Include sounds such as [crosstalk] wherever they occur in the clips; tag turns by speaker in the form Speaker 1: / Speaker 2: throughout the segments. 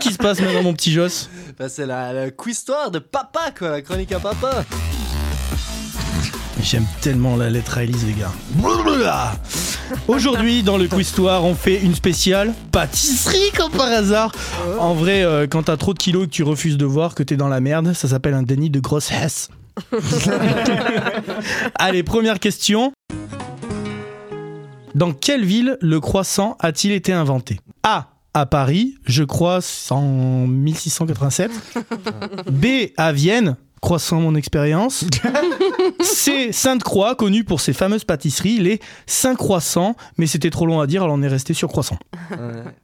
Speaker 1: qui se passe maintenant, mon petit Joss
Speaker 2: Bah, c'est la, la quiz-story de papa, quoi, la chronique à papa.
Speaker 1: J'aime tellement la lettre à Elise, les gars. Blablabla. Aujourd'hui, dans le Quistoir, on fait une spéciale pâtisserie, comme par hasard. En vrai, euh, quand t'as trop de kilos et que tu refuses de voir que t'es dans la merde, ça s'appelle un déni de grossesse. Allez, première question. Dans quelle ville le croissant a-t-il été inventé A. À Paris, je crois en 1687. B. À Vienne, croissant mon expérience. C'est Sainte-Croix, connue pour ses fameuses pâtisseries, les Saint-Croissants, mais c'était trop long à dire, alors on est resté sur Croissant.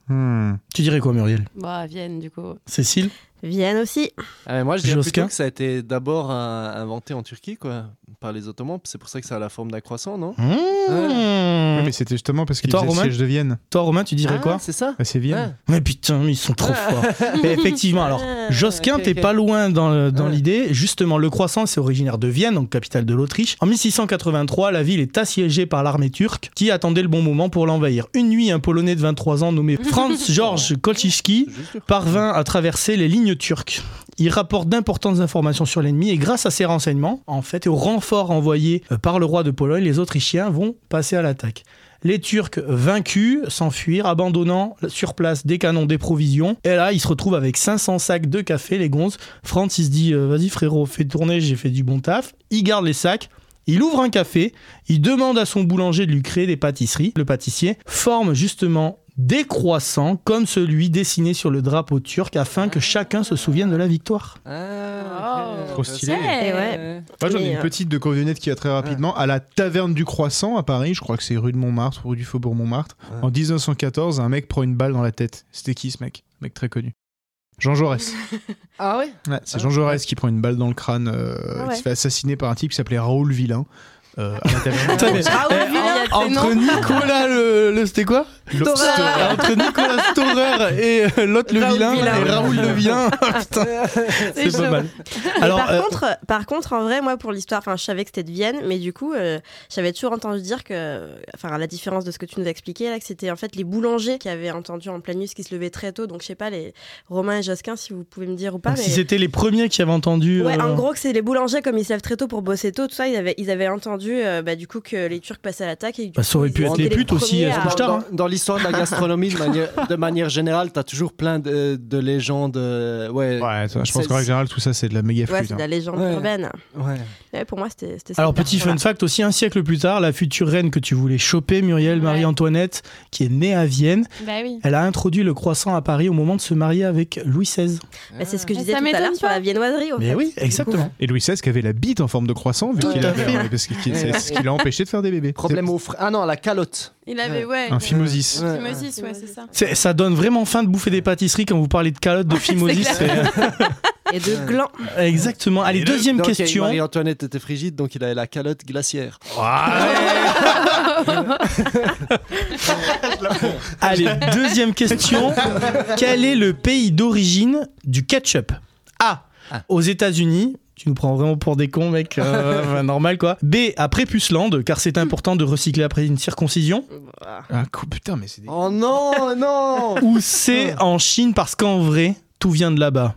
Speaker 3: Hmm.
Speaker 1: Tu dirais quoi, Muriel
Speaker 4: Bah, à Vienne, du coup.
Speaker 1: Cécile
Speaker 5: Vienne aussi.
Speaker 2: Ah, mais moi, je dirais
Speaker 1: Josquin
Speaker 2: plutôt que ça a été d'abord euh, inventé en Turquie, quoi, par les Ottomans. C'est pour ça que ça a la forme d'un croissant, non
Speaker 1: Mmh.
Speaker 3: Ouais, mais c'était justement parce qu'ils
Speaker 1: toi,
Speaker 3: faisaient le
Speaker 1: Romain
Speaker 3: siège de Vienne.
Speaker 1: Toi, Romain, tu dirais
Speaker 2: Ah,
Speaker 1: quoi
Speaker 2: C'est ça
Speaker 3: Ah, c'est Vienne.
Speaker 1: Mais putain, mais ils sont trop
Speaker 2: [laughs]
Speaker 1: forts. Mais effectivement, alors,
Speaker 2: Ah,
Speaker 1: Josquin,
Speaker 2: ok,
Speaker 1: t'es
Speaker 2: ok. Ah.
Speaker 1: pas loin dans, le- dans
Speaker 2: Ouais.
Speaker 1: l'idée. Justement, le croissant, c'est originaire de Vienne, donc capitale de l'Autriche. En 1683, la ville est assiégée par l'armée turque qui attendait le bon moment pour l'envahir. Une nuit, un Polonais de 23 ans nommé
Speaker 2: [laughs]
Speaker 1: Franz George Kolchiski
Speaker 2: Je jure.
Speaker 1: parvint à traverser les lignes turques. Il rapporte d'importantes informations sur l'ennemi et grâce à ces renseignements, en fait, et aux renforts envoyés euh, par le roi de Pologne, les Autrichiens vont passer à l'attaque. Les Turcs vaincus s'enfuirent, abandonnant sur place des canons, des provisions. Et là, ils se retrouvent avec 500 sacs de café, les gonzes. Franz, il se dit euh, Vas-y, frérot, fais tourner, j'ai fait du bon taf. Il garde les sacs. Il ouvre un café, il demande à son boulanger de lui créer des pâtisseries. Le pâtissier forme justement des croissants comme celui dessiné sur le drapeau turc afin que chacun se souvienne de la victoire.
Speaker 2: Ah, ok.
Speaker 4: Oh.
Speaker 3: Trop stylé.
Speaker 5: Eh ouais.
Speaker 3: Moi, j'en
Speaker 5: Et,
Speaker 3: ai une
Speaker 5: euh,
Speaker 3: petite de Corvionette qui a très rapidement à la Taverne du Croissant à Paris, je crois que c'est rue de Montmartre ou rue du Faubourg Montmartre.
Speaker 2: Ouais.
Speaker 3: En 1914, un mec prend une balle dans la tête. C'était qui ce mec Un mec très connu. Jean Jaurès.
Speaker 2: Ah ouais
Speaker 3: Ouais, c'est
Speaker 2: Ah,
Speaker 3: Jean Jaurès qui prend une balle dans le crâne, euh,
Speaker 5: Ah ouais.
Speaker 3: qui se fait assassiner par un type qui s'appelait Raoul Villain. euh, à la Taverne du
Speaker 5: [laughs]
Speaker 3: Croissant.
Speaker 2: eh,
Speaker 5: Ah ouais, Vienne.
Speaker 1: Eh, Entre Nicolas le, le- c'était quoi
Speaker 5: Storer.
Speaker 1: Entre Nicolas Storer et euh, l'autre le
Speaker 5: Raoul
Speaker 1: vilain,
Speaker 5: Villain.
Speaker 1: et Raoul le vilain, putain,
Speaker 2: Ah,
Speaker 1: c'est
Speaker 5: C'est
Speaker 1: pas
Speaker 5: chaud.
Speaker 1: mal.
Speaker 5: Mais
Speaker 1: Alors,
Speaker 5: par,
Speaker 1: euh,
Speaker 5: contre, par contre, en vrai, moi, pour l'histoire, enfin, je savais que c'était de Vienne, mais du coup, euh, j'avais toujours entendu dire que, enfin, à la différence de ce que tu nous as expliqué, là, que c'était en fait les boulangers qui avaient entendu en pleine nuit, ce qui se levaient très tôt. Donc, je sais pas, les Romains et Josquin, si vous pouvez me dire ou pas.
Speaker 1: donc, Ah, si
Speaker 5: mais...
Speaker 1: c'était les premiers qui avaient entendu.
Speaker 5: Ouais,
Speaker 1: euh,
Speaker 5: en gros, que c'est les boulangers, comme ils se lèvent très tôt pour bosser tôt, tout ça, ils avaient, ils avaient entendu, euh, bah, du coup, que les Turcs passaient à l'attaque. et que, du
Speaker 1: Bah, ça
Speaker 5: coup,
Speaker 1: aurait
Speaker 5: ils
Speaker 1: pu être
Speaker 5: étaient
Speaker 1: les putes aussi,
Speaker 5: premiers
Speaker 1: elles se
Speaker 5: à-
Speaker 1: couchent tard,
Speaker 2: dans,
Speaker 1: hein.
Speaker 2: dans l'histoire de la gastronomie, de manière, de manière générale, t'as toujours plein de, de légendes. euh, ouais.
Speaker 3: Ouais, ça, je pense
Speaker 2: C'est-
Speaker 3: qu'en général, tout ça, c'est de la méga flûte.
Speaker 5: Ouais,
Speaker 3: hein.
Speaker 5: c'est de la légende
Speaker 2: Ouais.
Speaker 5: urbaine.
Speaker 2: ouais.
Speaker 5: Ouais, pour moi, c'était c'était ça.
Speaker 1: Alors, petit fun
Speaker 5: Voilà.
Speaker 1: fact aussi, un siècle plus tard, la future reine que tu voulais choper, Muriel
Speaker 4: Ouais.
Speaker 1: Marie-Antoinette, qui est née à Vienne,
Speaker 4: Bah oui.
Speaker 1: elle a introduit le croissant à Paris au moment de se marier avec Louis XVI.
Speaker 5: Bah, c'est ce que je
Speaker 4: Ah,
Speaker 5: disais
Speaker 4: ça
Speaker 5: tout à l'heure
Speaker 4: m'étonne
Speaker 5: sur
Speaker 4: pas.
Speaker 5: la viennoiserie. au
Speaker 1: Mais
Speaker 5: fait.
Speaker 1: oui, exactement.
Speaker 3: Et Louis XVI qui avait la bite en forme de croissant, vu
Speaker 1: Tout
Speaker 3: qu'il
Speaker 1: à
Speaker 3: avait- hein,
Speaker 1: fait.
Speaker 3: parce que- qui- c'est c'est ce qui l'a empêché de faire des bébés.
Speaker 2: Problème au frais. Ah non, à la calotte.
Speaker 4: Il avait, ouais.
Speaker 3: Un phimosis.
Speaker 2: Ouais,
Speaker 4: Petit
Speaker 2: ouais.
Speaker 4: Moses, ouais, c'est ça.
Speaker 1: C'est- Ça donne vraiment faim de bouffer des pâtisseries quand vous parlez de
Speaker 5: [laughs]
Speaker 1: calottes, de fimosis. c'est- euh,
Speaker 5: Et de gland.
Speaker 1: Exactement. Allez, deuxième
Speaker 2: Donc,
Speaker 1: question.
Speaker 2: Marie-Antoinette était frigide, donc il avait la calotte glaciaire.
Speaker 1: Allez, deuxième question. Quel est le pays d'origine du ketchup A.
Speaker 2: Ah.
Speaker 1: Aux États-Unis. Tu nous prends vraiment pour des cons, mec. Euh, enfin, normal, quoi. B. À Prépucelande, car c'est important de recycler après une circoncision.
Speaker 3: Ah, cou- putain, mais c'est des.
Speaker 2: Oh non, [laughs] non
Speaker 1: Ou C. En Chine, parce qu'en vrai, tout vient de là-bas.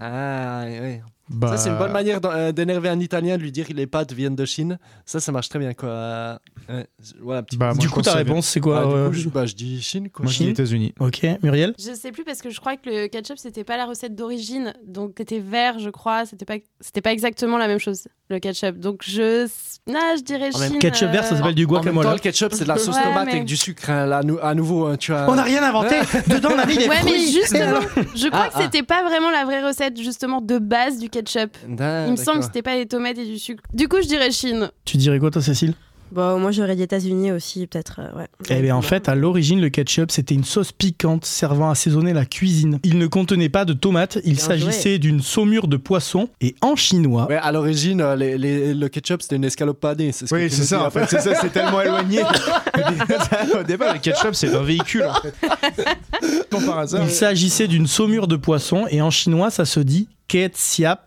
Speaker 2: Ah, ouais.
Speaker 3: Bah,
Speaker 2: Ça, c'est une bonne manière d'en- euh, d'énerver un Italien, de lui dire que les pâtes viennent de Chine. Ça, ça marche très bien, quoi. Euh, ouais, voilà, un petit
Speaker 3: bah, moi,
Speaker 1: du
Speaker 3: je
Speaker 1: coup,
Speaker 3: pense
Speaker 1: ta
Speaker 3: que ça vient-
Speaker 1: réponse, c'est quoi
Speaker 2: Ah, du coup,
Speaker 1: euh,
Speaker 2: je, bah, je dis Chine, quoi.
Speaker 3: Moi, je dis
Speaker 1: Chine.
Speaker 3: États-Unis.
Speaker 1: Ok, Muriel
Speaker 4: Je sais plus parce que je crois que le ketchup c'était pas la recette d'origine, donc c'était vert, je crois. C'était pas, c'était pas exactement la même chose le ketchup. Donc je, ah, je dirais
Speaker 2: En même
Speaker 4: Chine.
Speaker 1: Ketchup vert, ça
Speaker 4: euh,
Speaker 1: s'appelle du
Speaker 2: En même temps,
Speaker 1: guacamole. hein.
Speaker 2: le ketchup, c'est de la sauce
Speaker 4: Ouais,
Speaker 2: tomate
Speaker 4: mais-
Speaker 2: avec du sucre. hein, là, à nou- à nouveau, hein, tu as...
Speaker 1: On n'a rien inventé. Dedans, on a mis des
Speaker 4: Ouais, mais
Speaker 1: fruits. [laughs]
Speaker 4: justement, je crois
Speaker 2: Ah,
Speaker 4: que c'était pas vraiment la vraie recette justement de base du ketchup.
Speaker 2: Ah,
Speaker 4: Il me semble que c'était pas des tomates et du sucre. Du coup, je dirais Chine.
Speaker 1: Tu dirais quoi, toi, Cécile
Speaker 5: Bon, moi j'aurais dit États-Unis aussi, peut-être. euh, ouais.
Speaker 1: Eh bien, en fait, à l'origine, le ketchup, c'était une sauce piquante servant à assaisonner la cuisine. Il ne contenait pas de tomates, il
Speaker 5: Bien
Speaker 1: s'agissait d'une saumure de poisson. Et en chinois,
Speaker 2: Ouais, à l'origine, euh, les- les- le ketchup, c'était une escalope padée. C'est ce que
Speaker 3: Oui,
Speaker 2: tu
Speaker 3: c'est
Speaker 2: nous dis,
Speaker 3: ça, en fait, c'est ça, c'est tellement [laughs] éloigné. Au départ, le ketchup, c'est un véhicule, en fait. [laughs] Comme par hasard.
Speaker 1: il s'agissait d'une saumure de poisson. Et en chinois, ça se dit ketchup.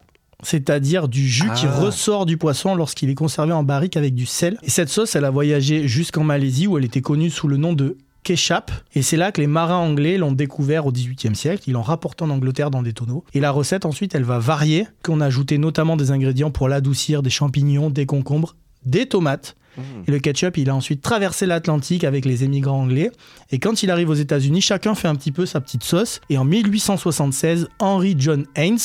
Speaker 1: C'est-à-dire du jus qui
Speaker 2: Ah.
Speaker 1: ressort du poisson lorsqu'il est conservé en barrique avec du sel. Et cette sauce, elle a voyagé jusqu'en Malaisie où elle était connue sous le nom de ketchup. Et c'est là que les marins anglais l'ont découvert au XVIIIe siècle. Ils l'ont rapporté en Angleterre dans des tonneaux. Et la recette, ensuite, elle va varier. On a ajouté notamment des ingrédients pour l'adoucir, des champignons, des concombres, des tomates. Et le ketchup, il a ensuite traversé l'Atlantique avec les émigrants anglais. Et quand il arrive aux États-Unis, chacun fait un petit peu sa petite sauce. Et en 1876, Henry John Haynes,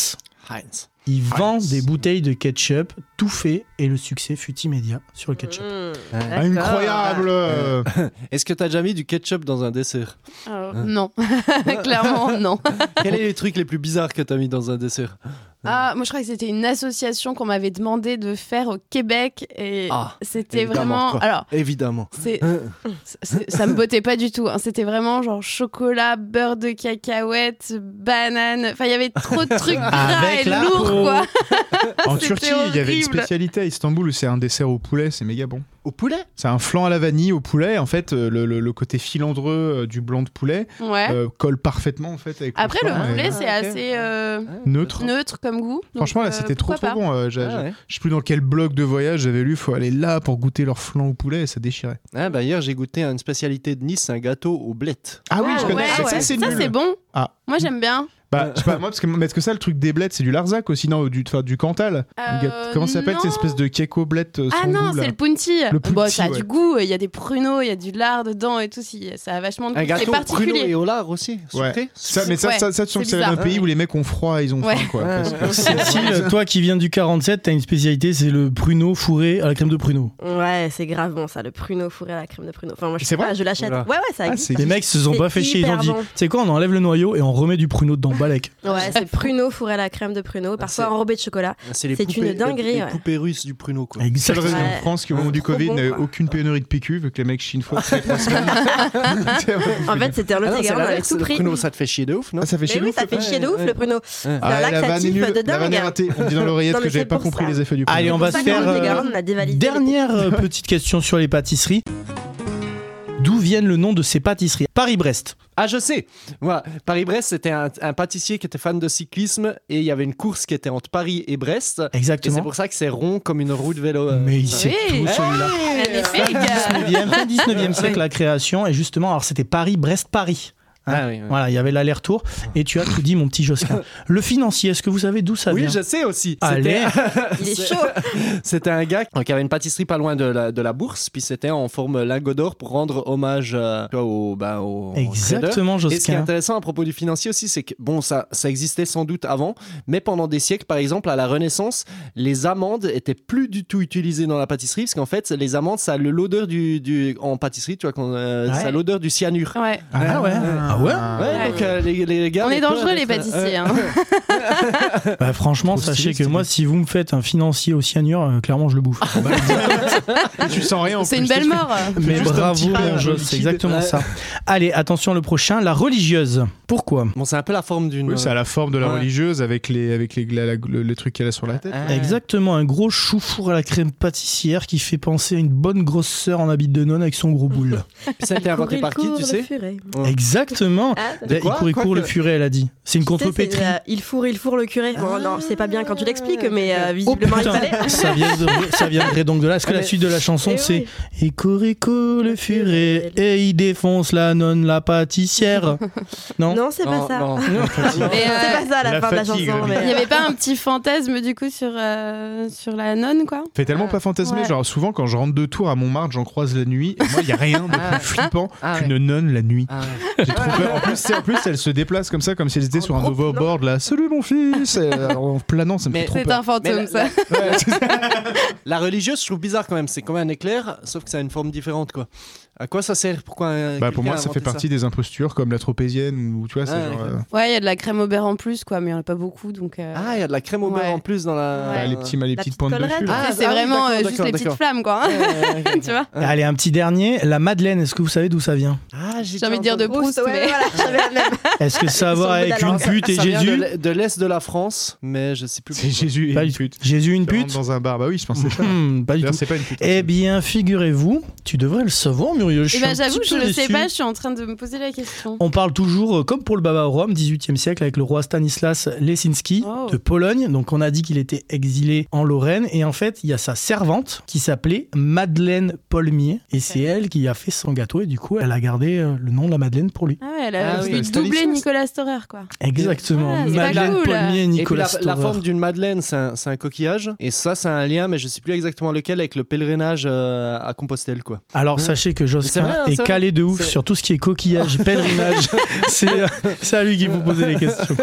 Speaker 2: Heinz.
Speaker 1: il vend
Speaker 3: Haynes.
Speaker 1: des bouteilles de ketchup tout fait. Et le succès fut immédiat sur le ketchup.
Speaker 5: Mmh.
Speaker 2: Ouais.
Speaker 3: Ah,
Speaker 5: D'accord.
Speaker 3: Incroyable euh,
Speaker 2: Est-ce que t'as déjà mis du ketchup dans un dessert
Speaker 4: Alors,
Speaker 2: Hein.
Speaker 4: Non, [laughs] clairement non.
Speaker 2: Quels est les trucs les plus bizarres que t'as mis dans un dessert
Speaker 4: Ah, moi je crois que c'était une association qu'on m'avait demandé de faire au Québec et
Speaker 2: Ah,
Speaker 4: c'était
Speaker 2: évidemment,
Speaker 4: vraiment.
Speaker 2: quoi.
Speaker 4: Alors,
Speaker 2: Évidemment.
Speaker 4: c'est c'est- ça me bottait pas du tout. hein. C'était vraiment genre chocolat, beurre de cacahuète, banane. Enfin, il y avait trop de trucs gras
Speaker 1: Avec
Speaker 4: et
Speaker 1: la
Speaker 4: lourds
Speaker 1: peau.
Speaker 4: quoi.
Speaker 3: [laughs] En
Speaker 4: C'était
Speaker 3: Turquie, il y avait une
Speaker 4: horrible.
Speaker 3: spécialité à Istanbul où c'est un dessert au poulet, c'est méga bon.
Speaker 2: Au poulet
Speaker 3: C'est un flan à la vanille au poulet. En fait, euh, le, le- le côté filandreux euh, du blanc de poulet
Speaker 4: Ouais.
Speaker 3: euh, colle parfaitement en fait avec
Speaker 4: Après, le
Speaker 3: flan et-
Speaker 4: poulet,
Speaker 2: Ah,
Speaker 4: c'est
Speaker 2: ok.
Speaker 4: assez euh,
Speaker 3: neutre.
Speaker 4: neutre comme goût. Donc,
Speaker 3: Franchement, là,
Speaker 4: euh,
Speaker 3: c'était trop
Speaker 4: pourquoi
Speaker 3: trop
Speaker 4: pas.
Speaker 3: bon. euh, j'ai-
Speaker 2: Ah,
Speaker 3: j'ai-
Speaker 2: ouais.
Speaker 3: Je sais plus dans quel blog de voyage j'avais lu. Faut aller là pour goûter leur flan au poulet et ça déchirait.
Speaker 2: Ah, bah hier, j'ai goûté à une spécialité de Nice, un gâteau aux blettes.
Speaker 3: Ah oui,
Speaker 4: Ah,
Speaker 3: je connais.
Speaker 4: ouais,
Speaker 3: ça,
Speaker 4: ouais.
Speaker 3: ça, c'est
Speaker 4: Ça,
Speaker 3: nul.
Speaker 4: c'est bon.
Speaker 3: Ah.
Speaker 4: Moi, j'aime bien. [laughs]
Speaker 3: Bah, je sais pas, moi, parce que, mais est-ce que ça, le truc des blettes, c'est du Larzac aussi, non, du, enfin, du Cantal.
Speaker 4: Euh,
Speaker 3: Gâte- Comment ça s'appelle cette
Speaker 4: non.
Speaker 3: espèce de keko blette euh,
Speaker 4: Ah
Speaker 3: sans
Speaker 4: non,
Speaker 3: goût, là
Speaker 4: c'est le punti.
Speaker 3: Le
Speaker 4: Bon,
Speaker 3: punti,
Speaker 4: ça a
Speaker 3: ouais.
Speaker 4: du goût, il y a des pruneaux, il y a du lard dedans et tout, si- ça a vachement de
Speaker 2: Un
Speaker 4: goût. C'est
Speaker 2: gâteau aux pruneaux
Speaker 4: particulier.
Speaker 2: et au lard aussi.
Speaker 3: Ouais.
Speaker 2: sucré.
Speaker 3: Ça, mais ça,
Speaker 4: Ouais,
Speaker 3: ça, ça, tu sens
Speaker 4: c'est
Speaker 3: que c'est un
Speaker 4: bizarre.
Speaker 3: pays où les mecs ont froid, ils ont
Speaker 4: Ouais.
Speaker 3: faim, quoi.
Speaker 1: [laughs]
Speaker 3: parce que-
Speaker 1: Cécile, toi qui viens du 47, t'as une spécialité, c'est le pruneau fourré à la crème de pruneau.
Speaker 5: Ouais, c'est grave bon ça, le pruneau fourré à la crème de pruneau. Enfin, moi je
Speaker 3: C'est
Speaker 5: sais
Speaker 3: vrai
Speaker 5: pas, je l'achète.
Speaker 2: Oula.
Speaker 5: Ouais, ouais, ça
Speaker 3: Ah,
Speaker 5: existe.
Speaker 3: c'est-
Speaker 1: Les mecs se sont
Speaker 5: C'est
Speaker 1: pas fait chier, ils ont
Speaker 5: hyper
Speaker 1: dit
Speaker 5: bon.
Speaker 1: c'est quoi, on enlève le noyau et on remet du pruneau dedans, balèque.
Speaker 5: ouais, c'est
Speaker 3: [laughs]
Speaker 5: pruneau fourré à la crème de pruneau, parfois
Speaker 2: c'est-
Speaker 5: enrobé de chocolat.
Speaker 2: Ah, C'est les
Speaker 5: C'est une
Speaker 2: poupées-
Speaker 5: dinguerie,
Speaker 2: les
Speaker 5: ouais.
Speaker 2: poupées russes du pruneau, quoi.
Speaker 3: C'est
Speaker 1: [laughs]
Speaker 3: le
Speaker 1: Exactement.
Speaker 3: raison
Speaker 5: Ouais.
Speaker 3: en France qui, au moment du
Speaker 5: Trop
Speaker 3: Covid,
Speaker 5: bon,
Speaker 3: n'avait
Speaker 5: quoi.
Speaker 3: aucune pénurie de PQ, vu que les mecs chient une fois toutes les trois semaines.
Speaker 4: [laughs]
Speaker 5: En fait, c'était un
Speaker 2: Ah non,
Speaker 5: autre
Speaker 2: c'est
Speaker 5: gars, on avait
Speaker 2: l'inverse,
Speaker 5: tout
Speaker 2: le
Speaker 5: pris.
Speaker 2: pruneau, ça te fait chier de ouf, non
Speaker 3: Ah, ça fait
Speaker 5: Mais
Speaker 3: chier de
Speaker 5: oui,
Speaker 3: ouf,
Speaker 5: ça
Speaker 3: le
Speaker 5: fait
Speaker 3: pruneau.
Speaker 5: chier de ouf
Speaker 2: ouais.
Speaker 5: le pruneau.
Speaker 3: Ah,
Speaker 5: La
Speaker 3: la vanne est
Speaker 5: laxatif
Speaker 3: nulle,
Speaker 5: de
Speaker 3: la vanne est
Speaker 5: dingue.
Speaker 3: ratée. On me dit dans l'oreillette
Speaker 5: Non,
Speaker 3: que
Speaker 5: mais
Speaker 3: j'avais
Speaker 5: c'est
Speaker 3: pas
Speaker 5: pour
Speaker 3: compris
Speaker 5: ça.
Speaker 3: les effets du pruneau.
Speaker 1: Allez, on va
Speaker 5: C'est
Speaker 1: se
Speaker 5: pour ça
Speaker 1: faire.
Speaker 5: qu'en
Speaker 1: euh,
Speaker 5: Haute-Garonne, on a dévalisé.
Speaker 1: Dernière [laughs] euh, petite question sur les pâtisseries. D'où viennent le nom de ces pâtisseries Paris-Brest.
Speaker 2: Ah, je sais Moi, Paris-Brest, c'était un, un pâtissier qui était fan de cyclisme et il y avait une course qui était entre Paris et Brest. Et c'est
Speaker 1: Exactement.
Speaker 2: pour ça que c'est rond comme une roue de vélo. euh.
Speaker 1: Mais il sait
Speaker 4: Oui.
Speaker 1: tout celui-là.
Speaker 4: Magnifique.
Speaker 1: 19e, fin 19e siècle, la création. Et justement, alors c'était Paris-Brest-Paris.
Speaker 2: Ah oui, oui.
Speaker 1: Voilà, il y avait l'aller-retour. Et tu as tout dit, mon petit
Speaker 2: [laughs]
Speaker 1: Josquin. Le financier, est-ce que vous savez d'où ça
Speaker 2: Oui,
Speaker 1: vient
Speaker 2: je sais aussi.
Speaker 1: Allez.
Speaker 2: C'était-
Speaker 5: Il est
Speaker 2: C'est-
Speaker 5: chaud.
Speaker 2: C'était un gars qui avait une pâtisserie pas loin de la, de la bourse, puis c'était en forme lingot d'or pour rendre hommage euh, tu vois, au, bah, au- au trader.
Speaker 1: Exactement,
Speaker 2: Et ce qui est
Speaker 1: Josquin.
Speaker 2: intéressant à propos du financier aussi, c'est que bon, ça, ça existait sans doute avant, mais pendant des siècles, par exemple, à la Renaissance, les amandes étaient plus du tout utilisées dans la pâtisserie, parce qu'en fait, les amandes, ça a le- l'odeur du, du- en pâtisserie, tu vois, qu'on, euh,
Speaker 1: Ouais.
Speaker 2: ça a l'odeur du cyanure.
Speaker 4: Ouais.
Speaker 1: Ah ouais Ah ouais
Speaker 2: Ouais,
Speaker 4: Ouais.
Speaker 2: donc euh, les, les gars,
Speaker 4: On est
Speaker 2: peurs
Speaker 4: dangereux les
Speaker 2: d'être-
Speaker 4: pâtissiers.
Speaker 2: euh,
Speaker 4: hein.
Speaker 2: [laughs]
Speaker 1: Bah, franchement,
Speaker 3: Trop
Speaker 1: sachez
Speaker 3: stylé,
Speaker 1: que moi, si vous me faites un financier au cyanure, euh, clairement, je le bouffe.
Speaker 2: Ah,
Speaker 3: Et tu sens rien en
Speaker 4: C'est
Speaker 3: plus,
Speaker 4: une belle
Speaker 3: t'es-
Speaker 4: mort.
Speaker 1: Mais
Speaker 3: Juste un
Speaker 1: bravo,
Speaker 3: petit peu,
Speaker 1: mon
Speaker 3: euh,
Speaker 1: Joss,
Speaker 3: liquide.
Speaker 1: c'est exactement
Speaker 2: Ouais.
Speaker 1: ça. Allez, attention, le prochain, la religieuse. Pourquoi
Speaker 2: Bon, c'est un peu la forme d'une.
Speaker 3: Oui, ça a la forme de la
Speaker 2: Ouais.
Speaker 3: religieuse avec les, avec les, la- la- le, le truc qu'elle a sur la tête.
Speaker 2: Ah.
Speaker 1: Exactement, un gros chou four à la crème pâtissière qui fait penser à une bonne grosse sœur en habit de nonne avec son gros
Speaker 2: [laughs]
Speaker 1: boule.
Speaker 2: Puis ça a été inventé par qui, tu sais Ouais.
Speaker 1: Exactement.
Speaker 5: Ah,
Speaker 2: De
Speaker 1: Ben, il
Speaker 2: quoi
Speaker 1: court, il
Speaker 2: Quoi
Speaker 1: court, le
Speaker 2: que-
Speaker 1: furet, elle a dit. C'est une contrepétrie.
Speaker 5: il fourre, il fourre le curé.
Speaker 2: Ah.
Speaker 5: Bon, non, c'est pas bien quand tu l'expliques, mais euh,
Speaker 1: Oh
Speaker 5: visiblement il
Speaker 1: putain,
Speaker 5: fallait.
Speaker 1: ça, vient de- ça viendrait donc de là. Est-ce que la
Speaker 2: Mais-
Speaker 1: suite de la chanson
Speaker 5: Eh
Speaker 1: c'est
Speaker 5: oui.
Speaker 1: Et Corico le furet et il défonce la nonne la pâtissière Non,
Speaker 5: Non, c'est pas
Speaker 2: Non,
Speaker 5: ça.
Speaker 2: non.
Speaker 4: Mais, euh,
Speaker 5: C'est pas ça la,
Speaker 3: La
Speaker 5: fin
Speaker 3: fatigue,
Speaker 5: de la chanson.
Speaker 3: oui.
Speaker 4: Il n'y
Speaker 5: Mais...
Speaker 4: avait pas un petit fantasme du coup sur, euh, sur la nonne quoi
Speaker 3: Fait tellement
Speaker 2: Ah.
Speaker 3: pas fantasmer,
Speaker 4: Ouais.
Speaker 3: genre souvent quand je rentre de tour à Montmartre, j'en croise la nuit, et moi il y a rien de
Speaker 2: Ah.
Speaker 3: plus flippant
Speaker 2: Ah ouais.
Speaker 3: qu'une nonne la nuit.
Speaker 4: [laughs]
Speaker 2: Ah ouais.
Speaker 3: J'ai trop peur. En plus, c'est- en plus, elle se déplace comme ça, comme si elle était sur un overboard là. Salut mon fils Et, euh, alors, En planant, ça me
Speaker 2: Mais-
Speaker 3: fait trop
Speaker 4: C'est un
Speaker 3: peur.
Speaker 2: Mais
Speaker 4: fantôme
Speaker 2: la-
Speaker 4: ça. [laughs]
Speaker 3: Ouais, c'est ça.
Speaker 2: La religieuse, je trouve bizarre quand même. C'est comme un éclair, sauf que ça a une forme différente, quoi. À quoi ça sert Pourquoi un-
Speaker 3: Bah,
Speaker 2: quelqu'un
Speaker 3: pour moi,
Speaker 2: a
Speaker 3: ça fait
Speaker 2: inventé
Speaker 3: partie des impostures comme la tropézienne ou tu vois, c'est
Speaker 2: Ah,
Speaker 3: genre,
Speaker 2: ouais.
Speaker 3: euh,
Speaker 4: Ouais, il y a de la crème au beurre en plus quoi, mais il n'y en a pas beaucoup donc. euh,
Speaker 2: Ah, il y a de la crème au beurre
Speaker 4: Ouais.
Speaker 2: en plus dans la.
Speaker 3: bah, les, petits, les petites
Speaker 5: petite
Speaker 3: pointes de
Speaker 5: collerette.
Speaker 3: dessus. là.
Speaker 2: Ah,
Speaker 4: c'est
Speaker 2: ah oui,
Speaker 4: vraiment euh,
Speaker 2: d'accord,
Speaker 4: juste
Speaker 2: d'accord,
Speaker 4: les petites
Speaker 2: d'accord.
Speaker 4: flammes quoi. hein.
Speaker 2: Ouais, ouais, ouais.
Speaker 4: tu vois
Speaker 1: Allez, un petit dernier, la Madeleine, est-ce que vous savez d'où ça vient
Speaker 2: Ah,
Speaker 4: J'ai envie de dire de
Speaker 5: Proust,
Speaker 4: Proust,
Speaker 5: ouais,
Speaker 4: mais. [laughs]
Speaker 5: voilà, j'avais la même.
Speaker 1: Est-ce que ça a à voir
Speaker 5: Ils
Speaker 1: avec
Speaker 5: sont au bout
Speaker 1: une
Speaker 5: de la
Speaker 1: pute et
Speaker 2: Ça vient de
Speaker 1: Jésus
Speaker 2: l'e- de l'est de la France, mais je sais plus.
Speaker 3: C'est
Speaker 2: pourquoi.
Speaker 3: Jésus
Speaker 1: Pas
Speaker 3: et une
Speaker 1: du-
Speaker 3: pute.
Speaker 1: Jésus une
Speaker 3: Ça rentre
Speaker 1: pute [laughs]
Speaker 3: Dans un bar, bah oui, je pensais ça.
Speaker 1: Hmm, Pas du
Speaker 3: D'ailleurs,
Speaker 1: tout.
Speaker 3: c'est pas une pute.
Speaker 1: Eh bien, figurez-vous, tu devrais le savoir, curieux. Je
Speaker 4: Eh
Speaker 1: suis
Speaker 4: ben,
Speaker 1: un
Speaker 4: j'avoue,
Speaker 1: petit
Speaker 4: je
Speaker 1: peu
Speaker 4: ne sais
Speaker 1: déçu.
Speaker 4: pas, je suis en train de me poser la question.
Speaker 1: On parle toujours, euh, comme pour le Baba au Rhum, 18e siècle, avec le roi Stanislas Lesinski
Speaker 4: Oh.
Speaker 1: de Pologne. Donc, on a dit qu'il était exilé en Lorraine. Et en fait, il y a sa servante qui s'appelait Madeleine Polmier. Et c'est elle qui a fait son gâteau. Et du coup, elle a gardé euh, le nom de la Madeleine pour lui.
Speaker 4: Ah ouais, elle a
Speaker 2: Ah
Speaker 4: je
Speaker 2: oui,
Speaker 4: vais
Speaker 2: le
Speaker 4: doublé
Speaker 2: Stanislas.
Speaker 4: Nicolas Storer, quoi.
Speaker 1: Exactement.
Speaker 4: Ah, c'est pas
Speaker 1: Madeleine
Speaker 4: cool.
Speaker 1: Polmier et
Speaker 2: Et puis
Speaker 1: Nicolas
Speaker 2: la, la
Speaker 1: Storer.
Speaker 2: forme d'une madeleine, c'est un, c'est un coquillage. Et ça, c'est un lien, mais je sais plus exactement lequel, avec le pèlerinage euh, à Compostelle, quoi.
Speaker 1: Alors, sachez que
Speaker 2: C'est
Speaker 1: Jocelyn
Speaker 2: vrai, hein,
Speaker 1: est
Speaker 2: ça
Speaker 1: calé de ouf
Speaker 2: C'est-
Speaker 1: sur tout ce qui est
Speaker 2: [laughs]
Speaker 1: coquillage, pèlerinage. C'est euh, c'est à lui qu'il faut poser les questions.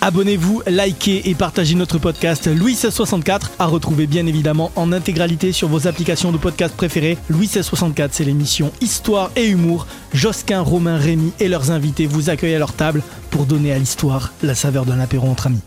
Speaker 1: Abonnez-vous, likez et partagez notre podcast Louis 1664 à retrouver bien évidemment en intégralité sur vos applications de podcast préférées. Louis 1664, c'est l'émission Histoire et Humour. Josquin, Romain, Rémy et leurs invités vous accueillent à leur table pour donner à l'histoire la saveur d'un apéro entre amis.